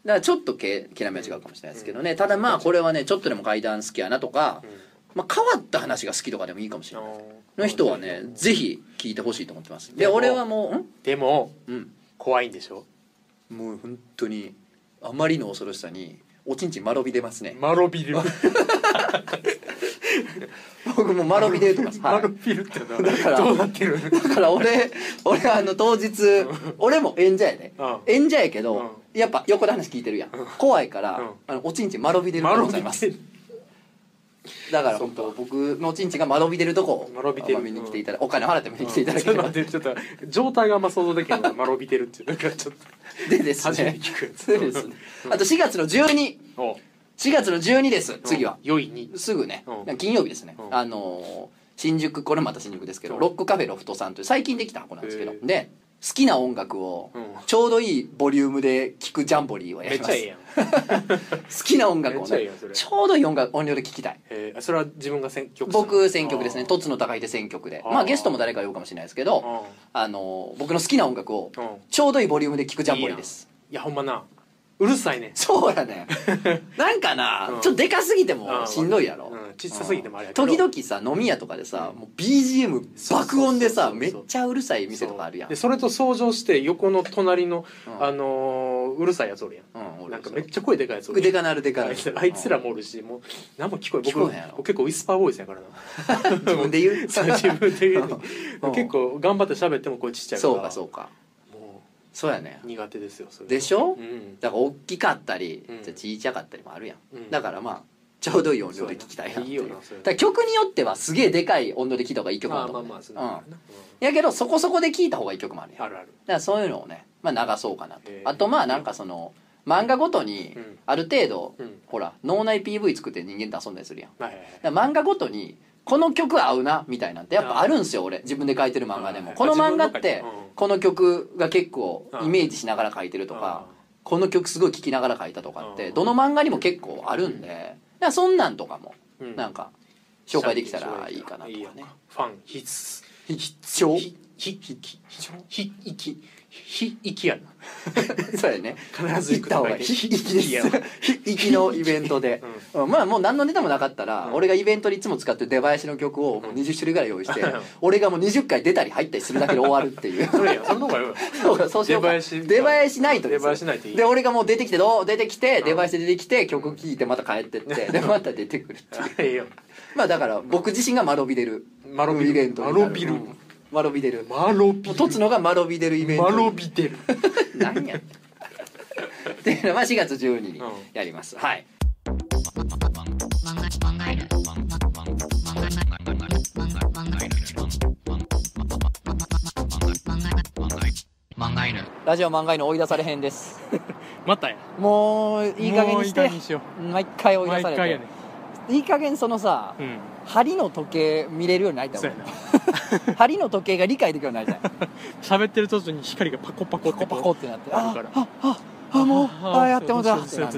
C: だからちょっとけきらめは違うかもしれないですけどね、ただまあこれはねちょっとでも怪談好きやなとか、まあ、変わった話が好きとかでもいいかもしれ
A: う
C: ない、
A: ん
C: の人はね
A: うん
C: ぜひ聞いてほしいと思ってますで
A: でも
C: 俺はもうん
A: でも
C: うん
A: 怖いんでしょ
C: もう本当にあまりの恐ろしさにおちんちんまろび出ますね
A: マロ
C: (laughs)
A: ビル
C: 僕もまろび出るとかさ、
A: マ
C: は
A: ロ
C: い、
A: ビルってな
C: だから
A: どうなってる
C: だから俺俺あの当日俺も演者やで、
A: うん
C: 演者やけど、
A: うん
C: やっぱ横で話聞いてるやん、怖いから、
A: うん
C: あのおちんちんまろび出る
A: マ
C: で
A: ロ
C: ござ
A: ビ
C: います
A: ル
C: だから本当僕のおちんちんがまろび出るとこを
A: まろびてる
C: まあ見に来ていただお金払って見に来ていただ
A: ち
C: け
A: ょっと
C: れば、
A: 待ってちょっと状態があんま想像できないマロビテルっていうなんかちょっ
C: でです
A: 初め
C: ね
A: て聞くやつ
C: そうですねあと4月の124
A: とお
C: 月の12です次は
A: 良いに
C: すぐね
A: うん
C: 金曜日ですね
A: うん
C: あのー新宿これまた新宿ですけ
A: う
C: ど
A: ん
C: ロックカフェロフトさんという最近できた箱なんですけど
A: へー
C: で好きな音楽を
A: うん
C: ちょうどいいボリュームで聴くジャンボリーをや
A: めっ
C: りま
A: ちゃ
C: す
A: ええやん
C: 好きな音楽を
A: めっちゃええ
C: ね
A: やんそれ
C: ちょうどいい音楽音量で聴きたい
A: えーそれは自分が選曲
C: 僕選曲ですね
A: と
C: とつの高いで選曲で
A: あー
C: まあゲストも誰か言うかもしれないですけどあのー僕の好きな音楽を
A: うん
C: ちょうどいいボリュームで聴くジャンボリーです
A: いやほんまなうるさいね
C: そう
A: (laughs)
C: やねなんかな、
A: うん
C: ちょっとでかすぎて
A: う
C: も
A: ん
C: しんどいやろ、
A: うん小さすぎてもあれやけど
C: 時々さ飲み屋とかでさ、
A: うん
C: もう BGM 爆音でさ
A: そうそう
C: め
A: そう
C: っ
A: そう
C: ちゃうるさい店とかあるやん
A: でそれと相乗して横の隣の、
C: うん
A: あのーうるさいやつおるやん
C: うん俺
A: なん
C: も
A: か
C: そう
A: めっちゃ声でかいやつおる
C: で
A: やん
C: かなるでかな
A: あい
C: る
A: つらあいつらもおるしもう何も聞こえん僕
C: 聞こえへんやろ
A: 僕結構ウィスパーボイスやからな
C: 自分で言う (laughs)
A: そう自分で言うね
C: うん
A: 結構頑張って喋っても声ちっちゃいから
C: そうかそうか
A: もう
C: そうやね
A: 苦手ですよそれ
C: でしょ
A: うん
C: だから大きかったり、
A: うん
C: じゃあちいちゃかったりもあるやん、
A: うん
C: だからまあちょうどいい音量で聴きたいなっていう
A: そうやないいよなそれ
C: だから曲によってはすげえでかい音量で聴いた方がいい曲も
A: ま
C: あ
A: あ
C: る
A: まあ
C: と思う
A: まあそ
C: ね
A: うだ
C: うん
A: な
C: やけどそこそこで聴いた方がいい曲もあるやん
A: うんあるある
C: だからそういうのをね、まあ、流そうかなと
A: へー
C: あとまあなんかその漫画ごとに
A: うん
C: ある程度、
A: うん
C: ほら脳内 PV 作って人間と遊んだりするやん
A: はいはいはい
C: だから漫画ごとにこの曲合うなみたいなんてやっぱあるんすよ俺自分で書いてる漫画で
A: は
C: も
A: い
C: この漫画って
A: 自分の中にうん
C: この曲が結構
A: うん
C: イメージしながら書いてるとかこの曲すごい聴きながら書いたとかっ
A: う
C: て
A: ん
C: どの漫画にも結構あるんでだからそんなんとかも
A: うん
C: なんか紹介できたらいいかなと
A: いい
C: か
A: やん
C: ね
A: かファン必
C: 必要
A: 必必必必必必必必やな
C: (laughs) そうやね
A: 必ず行
C: 行っ
A: く
C: た
A: と
C: 方
A: か
C: が
A: 言
C: い
A: っ
C: い
A: て
C: 行きです
A: や
C: 行きのイベントで、うんまあもう何のネタもなかったら、
A: うん
C: 俺がイベントでいつも使ってる出囃子の曲をもう20種類ぐらい用意して、
A: うん
C: 俺がもう20回出たり入ったりするだけで終わるってい
A: (laughs)
C: う
A: それやその方がよ
C: そうかそうしようか
A: 出囃子
C: 出囃子ないとです
A: 出囃子ないといい
C: で俺がもう出てきてどう出てきて
A: ん
C: 出囃子で出てきて曲聴いてまた帰ってってでまた出てくるっていう
A: いいよ
C: まあだから僕自身が間延び出る
A: マロビル
C: イベントになる
A: マロビル
C: うん間延び出るも
A: マロビ
C: うとつのが間延び出るイベント
A: マ
C: に
A: ロビテル
C: なんやっていうのは4月12日に
A: うん
C: やります、はいラジオ漫画の追い出され編です
A: またや
C: もういい加減にして
A: もういい加減にしよ
C: 毎回追い出
A: 毎
C: され
A: 回や
C: て
A: ね
C: いい加減そのさ、
A: うん
C: 針の時計見れるようになりたい
A: そう
C: 俺
A: やな
C: 針の時計が理解できるようになりたい
A: 喋ってる途中に光がパコパコっ
C: パコ
A: て
C: パ
A: こう
C: コってなって
A: あ
C: あ
A: るから
C: あああもうあやってもうた
A: そうそうそうそうやつ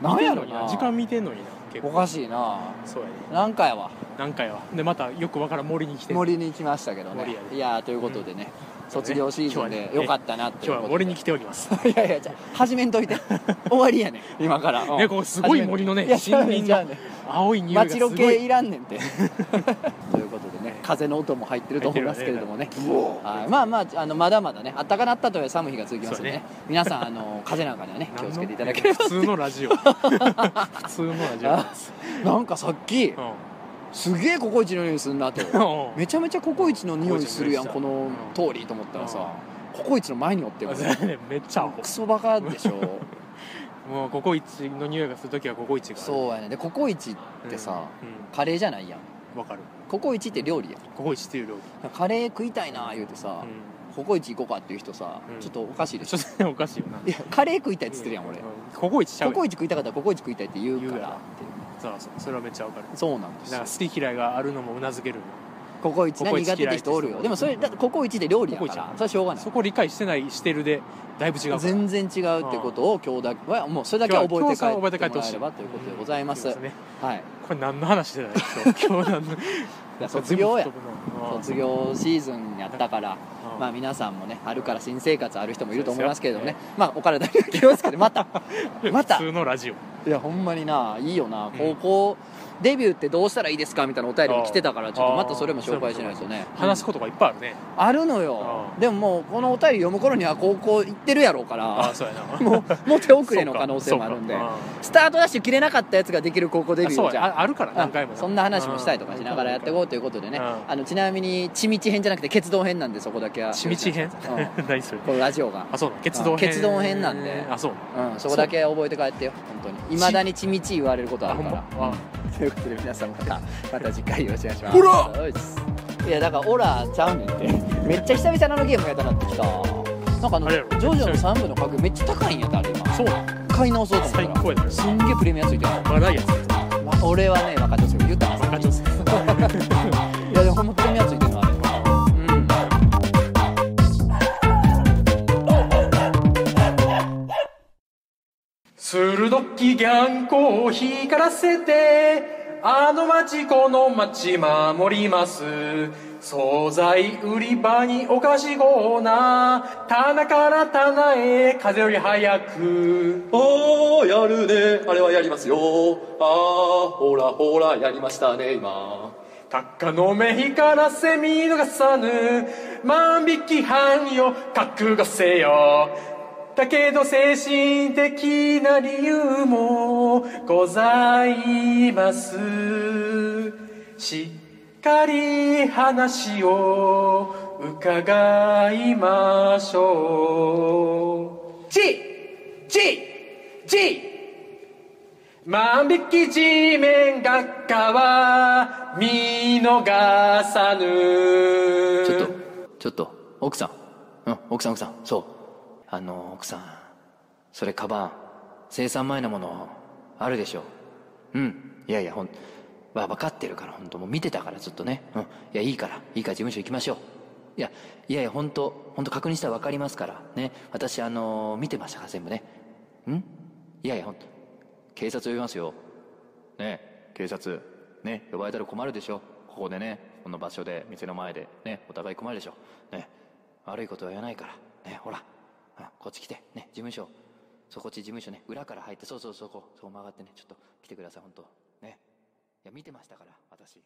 A: な
C: なんん
A: や
C: や
A: ろ
C: ろ
A: な
C: な
A: 時間見てんのにな結
C: お
A: 構
C: かしいな
A: そうやね
C: 何回は
A: 何回はでまたよくわからん森に来てる
C: 森に行きましたけど
A: 森
C: ね
A: やね
C: いやーということでね、卒業シーズン
A: 今日は
C: で
A: ね
C: よかったなって
A: 今日は森に来ております
C: いやいやじゃ (laughs) あ始めんといて終わりやねん今から、うん
A: ねこうすごい森のね
C: いや
A: 森林
C: じゃあ
A: の
C: ね
A: 青い匂いが
C: 街
A: す
C: ロ
A: ご
C: ケ
A: い
C: いらんねんてということでね風の音も入ってると思いますけれどもねはいまあまああのまだまだねあったかなったとはいえ寒い日が続きますのでね
A: そ
C: 皆さんあの風邪なんかにはね気をつけていただけれ
A: 何の普通のラ
C: (laughs)
A: ジオ普通のラジオ
C: ばなんかさっきすげえココイチの匂いするなって
A: うん
C: めちゃめちゃココイチの匂いするやん
A: ココ
C: こ
A: イチの
C: の
A: 匂いした
C: 通りと思ったらさココイチの前におって
A: う
C: も
A: んそれね (laughs) めっちゃアホ
C: クソバカでしょ
A: もうココイチの匂いがする時はココイチがある
C: そうやねでココイチってさ
A: うん
C: カレーじゃないやん
A: うんわかる
C: ココイチって料理やん
A: ココイチっていう料理
C: カレー食いたいな言うてさ
A: う
C: ココイチ行こうかっていう人さ
A: うん
C: ちょっとおかしいで
A: ん
C: し
A: ちょ
C: ょ
A: っとねおかしいよない
C: やカレー食いたいっつってるやん俺
A: うんココイチちゃうや
C: コ
A: ん
C: コイチ食いたかったらココイチ食いたいって言うか
A: 言うや
C: ら
A: ろ
C: っていう
A: そうそうそれはめっちゃわかる
C: そうなんです
A: なん
C: よ
A: か好き嫌いがあるのもうなずける
C: ココイチな
A: ココイチ
C: 苦手って人おる
A: 嫌いって
C: よ
A: 人
C: でもそれだってココイチで料理やか
A: ココイチ
C: らそれはしょうがない
A: そこ理解してないしてるでだいぶ違うから
C: 全然違うってことを今日だけはもうそれだけは覚えて帰
A: 今日は
C: っ
A: 今日は覚
C: て
A: えて帰って
C: も
A: ほ
C: ら
A: し
C: え
A: い
C: ればということでございます、
A: うんそうでね
C: はい
A: これ何の話してたの今
C: (laughs)
A: 日今日何の
C: いや卒業や
A: 全部吹っ飛ぶなうん
C: 卒業シーズンやったから
A: うん
C: まあ皆さんもね春から新生活ある人もいると思いますけれどもねまあお体には気をつけてまたまた
A: 普通のラジオ
C: いやほんまにないいよな
A: うん
C: 高校デビューってどうしたらいいですかみたいなお便りも来てたからちょっとまたそれも紹介しないとね
A: 話すことがいっぱいあるね
C: あるのよ
A: あ
C: でももうこのお便り読む頃には高校行ってるやろうか
A: ああ
C: ら
A: そうやな
C: もうもう手遅れの可能性もあるんで
A: そうかそうか
C: スタートダッシュ切れなかったやつができる高校デ
A: あ
C: ビュ
A: そう
C: ーじ
A: や
C: ゃん
A: ああるから何回も
C: そんな話もしたりとかしながらやっていこうということでね、
A: うん
C: あのちなみに地道編じゃなくて鉄道編なんでそこだけは
A: ちみち編
C: う
A: (laughs) 何それ
C: んこのラジオが、
A: あそうなの鉄道編
C: 鉄道編なんで
A: あそう
C: うん、そこだけ覚えて帰ってよ本当にいまだに地道言われることあ
A: あ
C: る
A: ほん
C: か
A: ま
C: ら
A: あ
C: ということで皆さんま
A: (laughs)
C: たまた次回よろしくお願いします
A: ほら
C: おいっすいやだからオラちゃうねんってめっちゃ久々なのゲームやったなってきたなんかあの
A: あれやろ
C: ジョジョの3部の価格めっちゃ高いんやったあれ今
A: そうなの
C: 買い直そうと思
A: 最
C: った
A: 高や
C: ら
A: な
C: すんげえプレミアついてる
A: まだやつ
C: わ俺はね分かっちゃうんですよ言ったな
A: バカ女性
C: いやでもほんまプレミアついてるなあれうん
A: 鋭きギャンコを光らせてあの町この町守ります惣菜売り場にお菓子コーナー棚から棚へ風より早く
C: ああやるねあれはやりますよああほらほらやりましたね今
A: 鷹の目光らせ見逃さぬ万引き犯よ覚悟せよだけど精神的な理由もございますしっかり話を
B: 伺いましょう。ち、ち、ち、万引き G メン学科は見逃さぬ。
C: ちょっと、ちょっと、奥さん。うん、奥さん奥さん。そう。あの、奥さん。それ、カバン。生産前のもの、あるでしょう。うん。いやいや、ほん、わ、分かってるから、本当もう見てたから、ずっとね。うん。いや、いいから、いいから、事務所行きましょう。いや、いやいや、本当本当確認したら分かりますから。ね。私、あの見てましたから、全部ね。んいやいや、ほんと警察呼びますよ。ねえ警察ね呼ばれたら困るでしょここでねこの場所で店の前でねお互い困るでしょね悪いことは言わないからねほらあこっち来てね事務所そこっち事務所ね裏から入ってそうそうそこそう曲がってねちょっと来てください本当ねいや見てましたから私